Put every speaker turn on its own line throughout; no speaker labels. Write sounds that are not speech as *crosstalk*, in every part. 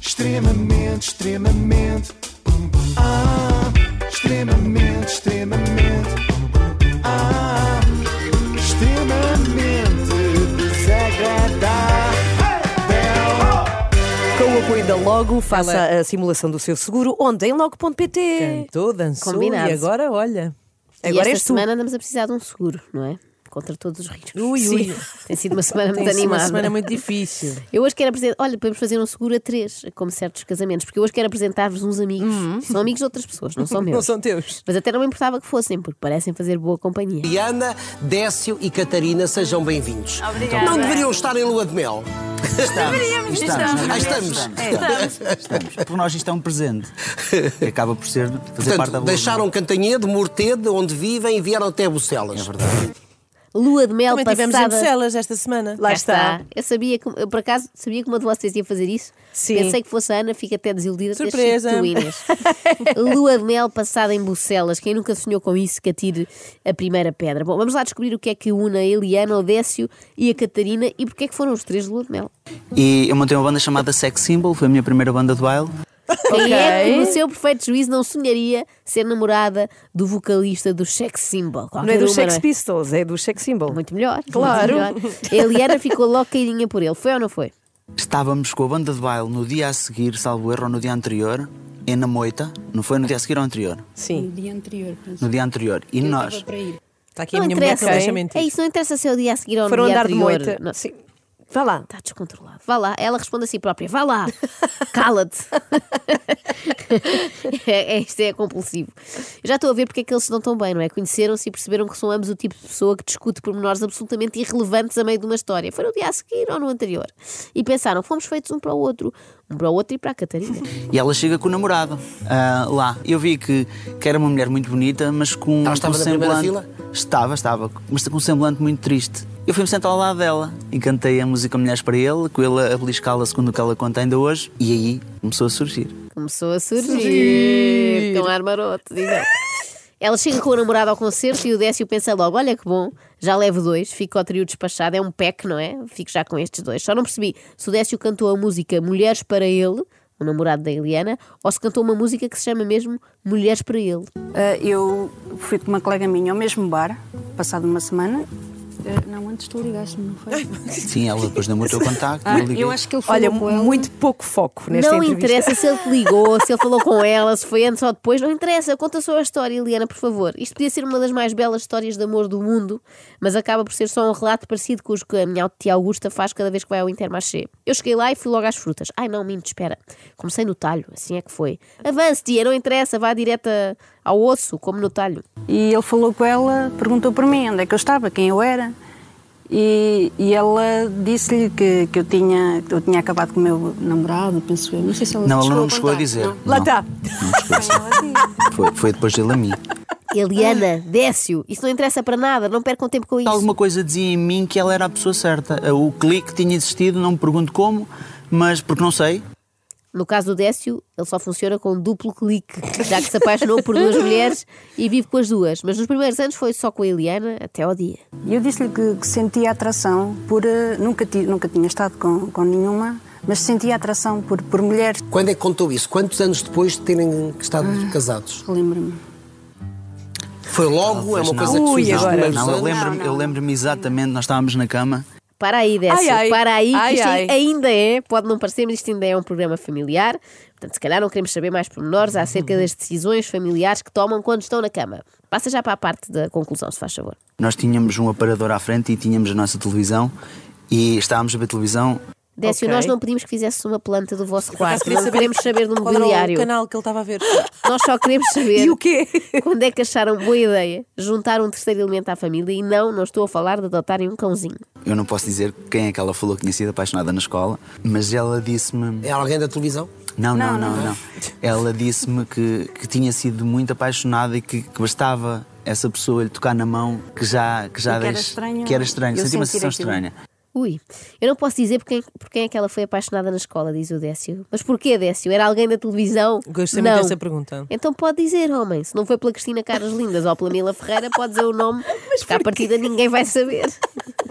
Extremamente, extremamente. Ah, extremamente, extremamente. Ah, extremamente desagradável.
Com o apoio da Logo, faça a simulação do seu seguro onde? Em logo.pt.
Cantou, dançou
Combinado.
e agora olha.
e
Agora
esta
és tu.
semana andamos a precisar de um seguro, não é? Contra todos os riscos.
Ui, ui.
Tem sido uma
*laughs*
semana
Tem
muito
sido uma
animada.
semana muito difícil.
Eu hoje quero apresentar. Olha, podemos fazer um seguro a três, como certos casamentos, porque eu hoje quero apresentar-vos uns amigos. São amigos de outras pessoas, *laughs* não são meus.
Uhum. *laughs* Não são teus.
Mas até não me importava que fossem, porque parecem fazer boa companhia.
Diana, Décio e Catarina, sejam bem-vindos. Não deveriam estar em lua de mel.
Deveríamos,
Ah, estamos.
É. Estamos. Por nós isto é um presente. Que acaba por ser fazer parte da
Portanto,
lua.
deixaram Cantanhede, Mortede, onde vivem e vieram até Bucelas. É verdade.
Lua de mel
Também tivemos em
passada.
Bruxelas esta semana.
Lá
Cá
está.
Eu sabia que, eu, por acaso, sabia que uma de vocês ia fazer isso.
Sim.
Pensei que fosse a Ana, fico até desiludida. de ter
Surpresa.
sido
*laughs*
tu, Inês. Lua de mel passada em Bucelas. Quem nunca sonhou com isso, que atire a primeira pedra. Bom, vamos lá descobrir o que é que une a Eliana, o Décio e a Catarina e porque é que foram os três de Lua
*laughs*
de mel.
E eu montei uma banda chamada Sex Symbol, foi a minha primeira banda de baile.
Quem é que, no seu perfeito juízo, não sonharia ser namorada do vocalista do Sex Symbol?
Não é
Qualquer
do
uma,
Sex Pistols, é do Sex Symbol.
Muito melhor.
Claro.
muito melhor. A Eliana ficou logo caidinha por ele. Foi ou não foi?
Estávamos com a banda de baile no dia a seguir, salvo erro, ou no dia anterior, em na moita. Não foi no dia a seguir ou anterior?
Sim.
dia anterior, penso.
No dia anterior. E nós.
Está aqui
Não
a minha mulher tipo que
interessa.
não deixa
É
mentir.
isso, não interessa se é o dia a seguir ou
Foram
no dia
andar de
anterior.
moita.
Não,
Sim. Vá lá.
Está descontrolado. Vá lá. Ela responde a si própria.
*laughs*
Vá lá. Cala-te. *laughs* é, é- isto é compulsivo. Eu já estou a ver porque é que eles se dão tão bem, não é? Conheceram-se e perceberam que são ambos o tipo de pessoa que discute pormenores absolutamente irrelevantes a meio de uma história. Foi no dia a seguir ou no anterior. E pensaram, fomos feitos um para o outro. Um para o outro e para a Catarina.
E ela chega com o namorado ah, lá. Eu vi que, que era uma mulher muito bonita, mas com.
Ela estava
com
na primeira
semblante- Estava, estava, mas com um semblante muito triste. Eu fui-me sentar ao lado dela e cantei a música Mulheres para ele, com ele a beliscá-la segundo o que ela conta ainda hoje, e aí começou a surgir.
Começou a surgir. Com ar maroto, diz ela. Ela chega com o namorado ao concerto e o Décio pensa logo: olha que bom, já levo dois, fico ao trio despachado, é um pack, não é? Fico já com estes dois. Só não percebi se o Décio cantou a música Mulheres para Ele, o namorado da Eliana, ou se cantou uma música que se chama mesmo Mulheres para Ele.
Ah, eu fui com uma colega minha ao mesmo bar, passado uma semana. Ah, não, antes tu ligaste-me,
*laughs*
não foi?
Sim, ela depois deu-me o teu contacto.
Ah,
eu liguei.
eu acho que ele falou
Olha,
com ela.
muito pouco foco nesta
não
entrevista.
interessa se ele te
*laughs*
ligou, se ele falou com ela, se foi antes ou depois, não interessa. Conta só a história, Eliana, por favor. Isto podia ser uma das mais belas histórias de amor do mundo, mas acaba por ser só um relato parecido com os que a minha tia Augusta faz cada vez que vai ao Intermarché. Eu cheguei lá e fui logo às frutas. Ai não, minto, espera. Comecei no talho, assim é que foi. Avance, tia, não interessa, vá direta ao osso, como no talho.
E ele falou com ela, perguntou por mim onde é que eu estava, quem eu era. E, e ela disse-lhe que, que eu, tinha, eu tinha acabado com o meu namorado, penso eu. Não sei se ela
Não, ela não me
contar.
chegou a dizer.
Não.
Lá
Não. assim.
está.
Foi, foi depois dele a mim.
Eliana, Décio, isso não interessa para nada, não percam tempo com isso.
Alguma coisa dizia em mim que ela era a pessoa certa. O clique tinha existido, não me pergunto como, mas porque não sei.
No caso do Décio, ele só funciona com duplo clique, já que se apaixonou por duas mulheres e vive com as duas. Mas nos primeiros anos foi só com a Eliana até ao dia.
E eu disse-lhe que, que sentia atração por. eh, nunca, ti- nunca tinha estado com, com nenhuma, mas sentia atração por, por mulheres.
Quando é que contou isso? Quantos anos depois de terem estado
Ah.
casados?
Lembro-me.
Foi logo? é
Mas
uma
não.
coisa que
Ui,
surgiu nos
agora.
primeiros
Não, eu
anos?
lembro-me eu lembro-me exatamente, nós estávamos na cama.
Para aí, Décio,
Ai, ai.
para aí, que
Ai,
isto
ai.
ainda é, pode não parecer, mas isto ainda é um programa familiar. Portanto, se calhar não queremos saber mais pormenores acerca das decisões familiares que tomam quando estão na cama. Passa já para a parte da conclusão, se faz favor.
Nós tínhamos um aparador à frente e tínhamos a nossa televisão e estávamos a ver televisão.
Décio,
Ok.
nós não pedimos que fizesse uma planta do vosso
Acaso
quarto,
queria
não queremos saber do
qual era
mobiliário.
o canal que ele estava a ver.
Nós só queremos saber.
E o quê?
*laughs* Quando é que acharam boa ideia juntar um terceiro elemento à família e não, não estou a falar de adotarem um cãozinho.
Eu não posso dizer quem é que ela falou que tinha sido apaixonada na escola, mas ela disse-me.
É alguém da televisão?
Não, não, não, não. Ela disse-me que, que tinha sido muito apaixonada e que, que bastava essa pessoa lhe tocar na mão que já que já
E que era
deixe-
estranho é?
que era estranho.
eu
Senti uma
sentir
sensação
aquilo.
estranha.
Ui, eu não posso dizer por quem, por quem é que ela foi apaixonada na escola, diz o Décio. Mas porquê, Décio? Era alguém da televisão?
Gostei
não.
muito dessa pergunta.
Então pode dizer, homem. Se
*laughs*
não foi pela Cristina Caras Lindas ou pela Mila Ferreira, pode dizer o nome, porque à partida ninguém vai saber.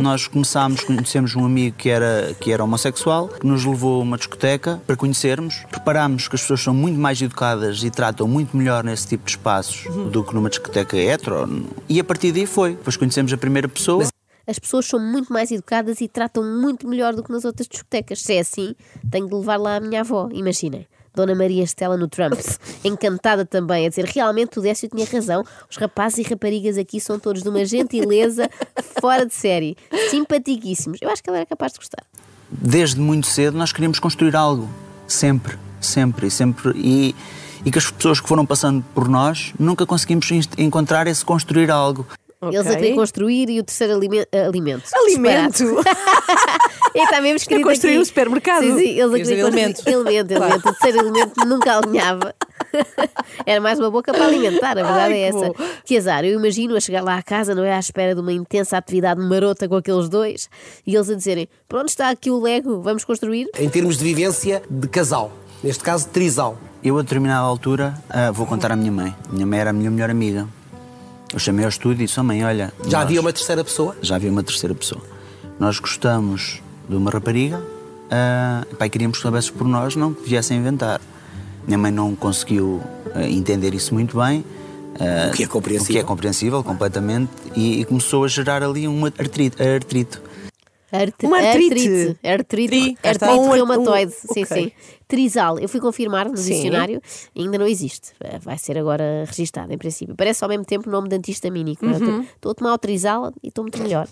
Nós começámos, conhecemos um amigo que era, que era homossexual, que nos levou a uma discoteca para conhecermos. Reparámos que as pessoas são muito mais educadas e tratam muito melhor nesse tipo de espaços do que numa discoteca hetero. E a partir daí foi. Depois conhecemos a primeira pessoa.
As pessoas são muito mais educadas e tratam muito melhor do que nas outras discotecas. Se é assim, tenho de levar lá a minha avó. Imaginem. Dona Maria Estela no Trumps, encantada também, a dizer realmente o Décio tinha razão, os rapazes e raparigas aqui são todos de uma gentileza fora de série, simpaticíssimos. Eu acho que ela era capaz de gostar.
desde muito cedo nós queríamos construir algo. Sempre, sempre, e sempre. E, e que as pessoas que foram passando por nós nunca conseguimos inst- encontrar esse construir algo.
Eles a querer construir e o terceiro alime- eh, alimento.
Alimento.
E está mesmo escrito
construir
aqui.
um supermercado.
Sim, sim, eles
Quer dizer,
aqui
elemento.
elemento. Elemento, elemento. O terceiro elemento nunca alinhava. Era mais uma boca para alimentar, a verdade
Ai,
é
que
essa.
bom.
Que azar, eu imagino a chegar lá à casa, não é? À espera de uma intensa atividade marota com aqueles dois e eles a dizerem: Pronto, está aqui o Lego, vamos construir.
Em termos de vivência de casal, neste caso trisal.
Eu, a determinada altura, ah, vou contar à minha mãe. Minha mãe era a minha melhor amiga. Eu chamei ao estúdio e disse: "Oh, mãe, olha.
Já
nós-
havia uma terceira pessoa?
Já havia uma terceira pessoa. Nós gostamos de uma rapariga, ah, pai, queríamos que soubesses por nós, não que viessem inventar. Minha mãe não conseguiu ah, entender isso muito bem. ah,
O que é compreensível.
O que é compreensível, completamente. E, e começou a gerar ali um artrite. artrite.
Arte,
Uma artrite.
Artrite, artrite,
Tri, cá está.
artrite
Um ar-
reumatoide.
um-
sim,
ok.
sim. Trisal, eu fui confirmar no
Sim.
dicionário, ainda não existe. Eh, Vai ser agora registado, em princípio. Parece ao mesmo tempo nome de antihistamínico. não é?
Uhum.
Estou a tomar o trisal e estou muito melhor.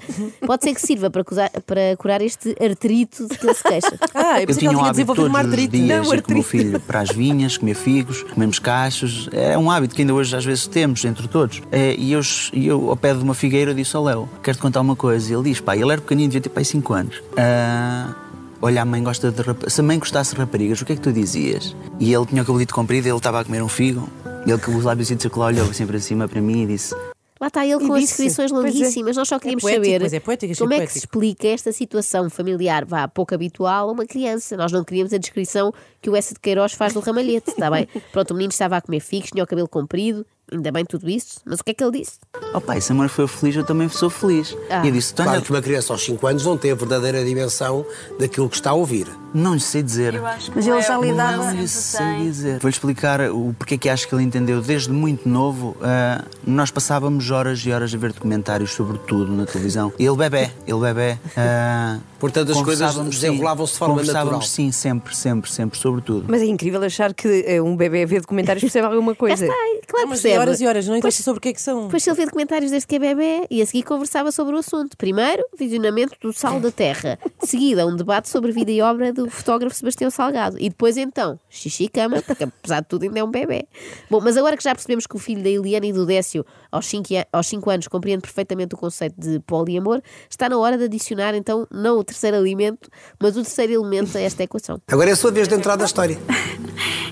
Pode ser que sirva para, cusar- para curar este artrito de que ele
*laughs*
se queixa.
Ah, eu pensei
Eu
que ela
tinha um
tinha
hábito
desenvolvido
todos
uma
os
artrite.
dias ir com o meu
artrite.
filho para as vinhas, comer figos, comemos cachos. É um hábito que ainda hoje às vezes temos entre todos. É, E eu, e eu ao pé de uma figueira disse ao Léo, quero-te contar uma coisa. E ele diz, pá, ele era pequenino, devia ter pai 5 anos. Ah, Olha, a mãe gosta de raparigas. Se a mãe gostasse de raparigas, o que é que tu dizias? E ele tinha o cabelito comprido, ele estava a comer um figo. Ele com os lábios de circular olhou assim para cima para mim e disse:
Lá está ele
E
com as
disse.
descrições
Pois é.
longuíssimas. Nós só queríamos
poético,
saber
pois é, poético, achei
como é que se
poético.
explica esta situação familiar, vá, pouco habitual a uma criança. Nós não queríamos a descrição que o S de Queiroz faz do ramalhete,
*laughs*
está bem? Pronto, o menino estava a comer figos, tinha o cabelo comprido, ainda bem tudo isso. Mas o que é que ele disse?
Oh pai, se a mãe foi feliz, eu também sou feliz.
Ah.
E eu disse: "Então,
Claro
olha,
que uma criança aos 5 anos não tem a verdadeira dimensão daquilo que está a ouvir.
não lhe sei dizer.
Mas ele já lidava.
Não lhe sei dizer. Vou-lhe explicar o porquê que acho que ele entendeu desde muito novo. ah, nós passávamos horas e horas a ver documentários, sobretudo na televisão. Ele bebê, ele bebé. ah,
*laughs* Portanto, as coisas
conversávamos, sim.
desenrolavam-se de forma
Conversávamos,
natural.
sim, sempre, sempre, sempre, sobretudo.
Mas é incrível achar que eh, um bebê a ver documentários percebe alguma coisa.
Ai, claro que
Mas
percebe.
horas e horas, não
Pois
interessa sobre o que é que são.
Depois ele vê documentários desde que é bebê e a seguir conversava sobre o assunto. Primeiro, visionamento do sal da terra. De seguida, um debate sobre vida e obra do fotógrafo Sebastião Salgado. E depois, então, xixi e cama, porque apesar de tudo ainda é um bebê. Bom, mas agora que já percebemos que o filho da Eliana e do Décio, aos 5 aos cinco anos, compreende perfeitamente o conceito de poliamor, está na hora de adicionar, então, não o terceiro alimento, mas o terceiro elemento a esta equação.
Agora é a sua vez de entrar na história.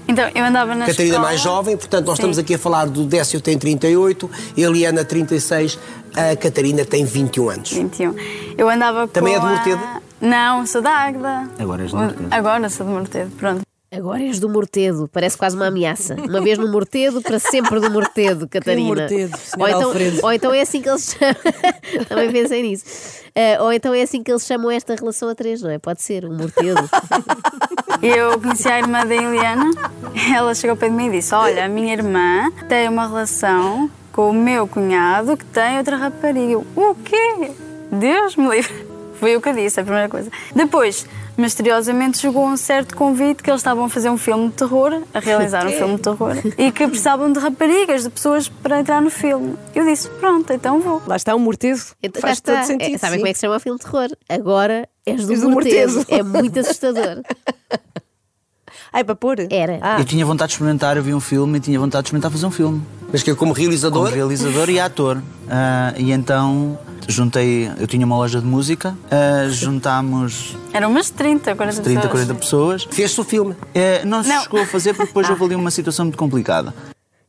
Então, eu andava na
Catarina é
escola.
mais jovem, portanto, nós
Sim.
estamos aqui a falar do Décio tem 38, Eliana 36, a Catarina tem 21 anos.
21. Eu andava
Também
com
é de
a-
Mortede?
Não, sou da Agda.
Agora és de Mortede.
Agora sou de Mortede, pronto.
Agora és do Mortedo, parece quase uma ameaça. Uma vez no Mortedo, para sempre do Mortedo, Catarina.
Mortedo, Sr.
ou, então,
Alfredo.
ou então é assim que eles chamam. *laughs* Também pensei nisso. Eh, ou então é assim que eles chamam esta relação a três, não é? Pode ser,
*laughs*
um Mortedo.
Eu conheci a irmã da Eliana. Ela chegou ao pé de mim e disse: Olha, a minha irmã tem uma relação com o meu cunhado que tem outra rapariga. Eu, O quê? Deus me livre. Foi o que eu disse, a primeira coisa. Depois, misteriosamente, chegou um certo convite que eles estavam a fazer um filme de terror, a realizar um filme de terror, e que precisavam de raparigas, de pessoas para entrar no filme. Eu disse: Pronto, então vou.
Lá está um mortedo.
Então,
Faz
já está.
todo sentido.
É, sabem
sim.
como é que se chama o filme de terror? Agora és do,
És do
Mortedo.
Mortedo.
É muito assustador.
Ai, para pôr?
Era.
Ah,
Eu tinha vontade de experimentar, eu vi um filme e tinha vontade de experimentar fazer um filme.
Mas que eu, como
Como
realizador,
realizador e ator. Ah, e então juntei, eu tinha uma loja de música, ah, juntámos
Eram umas 30, 40
30,
pessoas.
40 pessoas.
fez-se o filme.
Eh, não se
Não.
chegou a fazer porque depois houve ali uma situação muito complicada.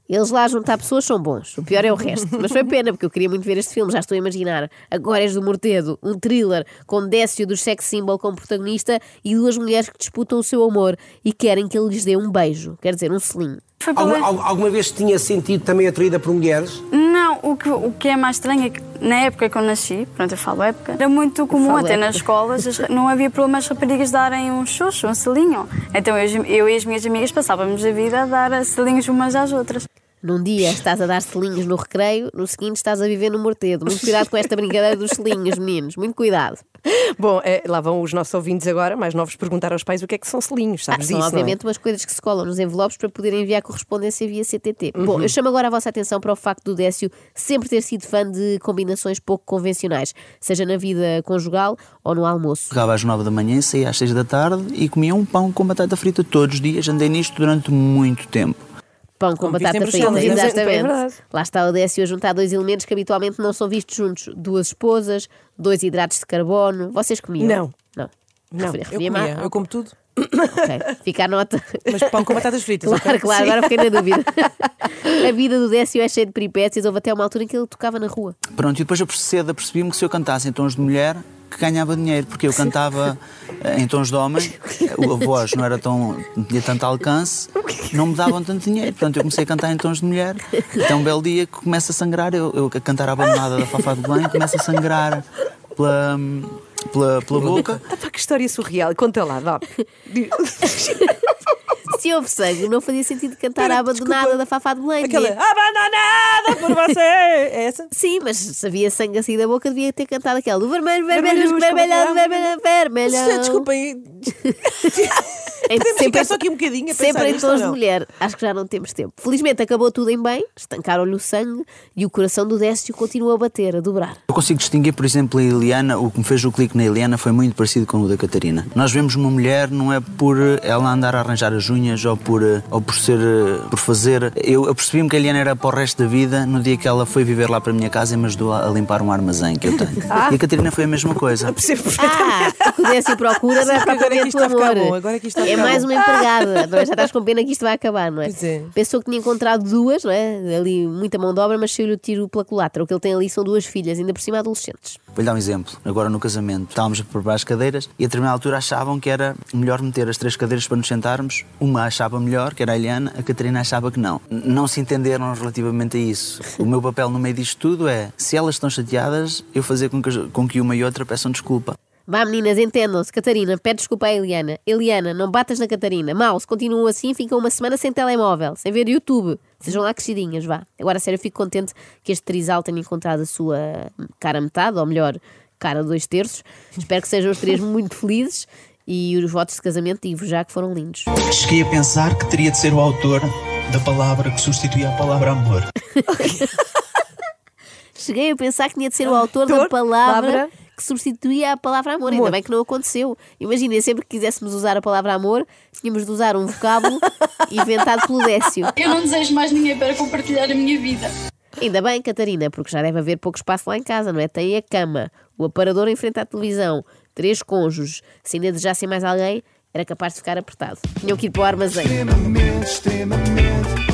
Eles lá a juntar pessoas são bons, o pior é o resto. Mas foi pena, porque eu queria muito ver este filme, já estou a imaginar. Agora és do Mortedo, um thriller com Décio do Sex Symbol como protagonista e duas mulheres que disputam o seu amor e querem que ele lhes dê um beijo, quer dizer, um selinho.
Foi
Alguma,
pela-
al- alguma vez se tinha sentido também atraída por mulheres?
Não, o que, o que é mais estranho é que na época que eu nasci, pronto, eu falo época, era muito comum
falo
até
época.
nas escolas, as- não havia problema as raparigas darem um xuxo, um selinho. Então eu, e- eu e as minhas amigas passávamos a vida a dar selinhos umas às outras.
Num dia estás a dar selinhos no recreio, no seguinte estás a viver no mortedo. Muito cuidado com esta brincadeira dos selinhos, meninos. Muito cuidado.
Bom, eh, lá vão os nossos ouvintes agora, mais novos, perguntar aos pais o que é que são selinhos,
Ah,
sabes disso?
são
não é?
obviamente umas coisas que se colam nos envelopes para poder enviar correspondência via CTT.
Uhum.
Bom, eu chamo agora a vossa atenção para o facto do Décio sempre ter sido fã de combinações pouco convencionais, seja na vida conjugal ou no almoço.
Chegava às 9 da manhã, saía às 6 da tarde e comia um pão com batata frita todos os dias. Andei nisto durante muito tempo.
Pão com
Como
batata
dizem,
frita,
bruxelas,
é
exatamente.
verdade.
Lá está o Décio a juntar dois elementos que habitualmente não são vistos juntos: duas esposas, dois hidratos de carbono. Vocês comiam?
Não.
Não.
Não, eu
Referia-
Eu
referia-me à-
comia, eu como tudo.
Ok, fica a nota.
Mas pão com batatas fritas.
Claro,
ok?
claro, agora fiquei na
*laughs*
dúvida. A vida do Décio é cheia de peripécias. Houve até uma altura em que ele tocava na rua.
Pronto, e depois eu cedo apercebi-me que se eu cantasse em tons de mulher, que ganhava dinheiro, porque eu cantava eh, em tons de homem, eh, a voz não era tão. não tinha tanto alcance, não me davam tanto dinheiro. Portanto, eu comecei a cantar em tons de mulher. Então, um belo dia que começa a sangrar, eu, eu a cantar a abandonada da Fafá de Belém, começa a sangrar pela, pela, pela boca.
*laughs* Ah, pá, que história surreal. Conta lá,
*laughs*
dá.
Se houve sangue, não fazia sentido cantar a abandonada da Fafá de Belém.
Aquela
devia-
abandonada por você. É essa?
Sim, mas se havia sangue assim da boca, devia ter cantado aquela do vermelho, vermelho,
Vermelhos,
vermelho,
vermelhos,
vermelho, vermelho.
Desculpem. *laughs*
*laughs* Em-
Podemos
É sempre-
ficar só aqui um bocadinho a pensar
Sempre em
nisto, ou
tons de
não?
mulher. Acho que já não temos tempo. Felizmente acabou tudo em bem, estancaram-lhe o sangue e o coração do Décio continua a bater, a dobrar.
Eu consigo distinguir, por exemplo, a Eliana, o que me fez o clique na Eliana foi muito parecido com o da Catarina. Nós vemos uma mulher, não é por eh, ela andar a arranjar as unhas ou por, eh, ou por ser, eh, por fazer. Eu apercebi-me que a Eliana era para o resto da vida no dia que ela foi viver lá para a minha casa e me ajudou a a limpar um armazém que eu tenho. E a Catarina foi a mesma coisa.
Ah, o que o Décio procura não é
Sim, agora é que
propriamente
isto
o
vai ficar
amor.
bom, agora é que isto vai
é
ficar
mais
bom.
uma empregada. Não é? Já estás com pena que isto vai acabar, não é?
Pois é.
Pensou que tinha encontrado duas, não é? Ali muita mão de obra, mas saiu-lhe o tiro pela culatra. O que ele tem ali são duas filhas, ainda por cima adolescentes.
Vou-lhe dar um exemplo. Agora no casamento, estávamos a preparar as cadeiras e a determinada altura achavam que era melhor meter as três cadeiras para nos sentarmos. Uma achava melhor, que era a Eliana, a Catarina achava que não. N- Não se entenderam relativamente a isso. O meu papel no meio disto tudo é, se elas estão chateadas, eu fazer com que, as- com que uma e outra peçam desculpa.
Vá, meninas, entendam-se. Catarina, pede desculpa à Eliana. Eliana, não batas na Catarina. Mal, se continuam assim, ficam uma semana sem telemóvel, sem ver YouTube. Sejam lá crescidinhas, vá. Agora, a sério, eu fico contente que este trisal tenha encontrado a sua cara metade, ou melhor, cara dois terços. Espero que sejam os três muito felizes e os votos de casamento, digo já que foram lindos.
Cheguei a pensar que teria de ser o autor da palavra que substituía a palavra amor.
Cheguei a pensar que tinha de ser o autor da
Ah, Autor,
palavra
palavra.
que substituía a palavra amor. Ainda bem que não aconteceu. Imaginem, sempre que quiséssemos usar a palavra amor, tínhamos de usar um
*laughs*
vocábulo inventado pelo Décio.
Eu não desejo mais ninguém para compartilhar a minha vida.
Ainda bem, Catarina, porque já deve haver pouco espaço lá em casa, não é? Tem a cama, o aparador em frente à televisão, três cônjuges. Se ainda desejassem mais alguém, era capaz de ficar apertado. Tinham que ir para o armazém.
extremamente, Ah, extremamente.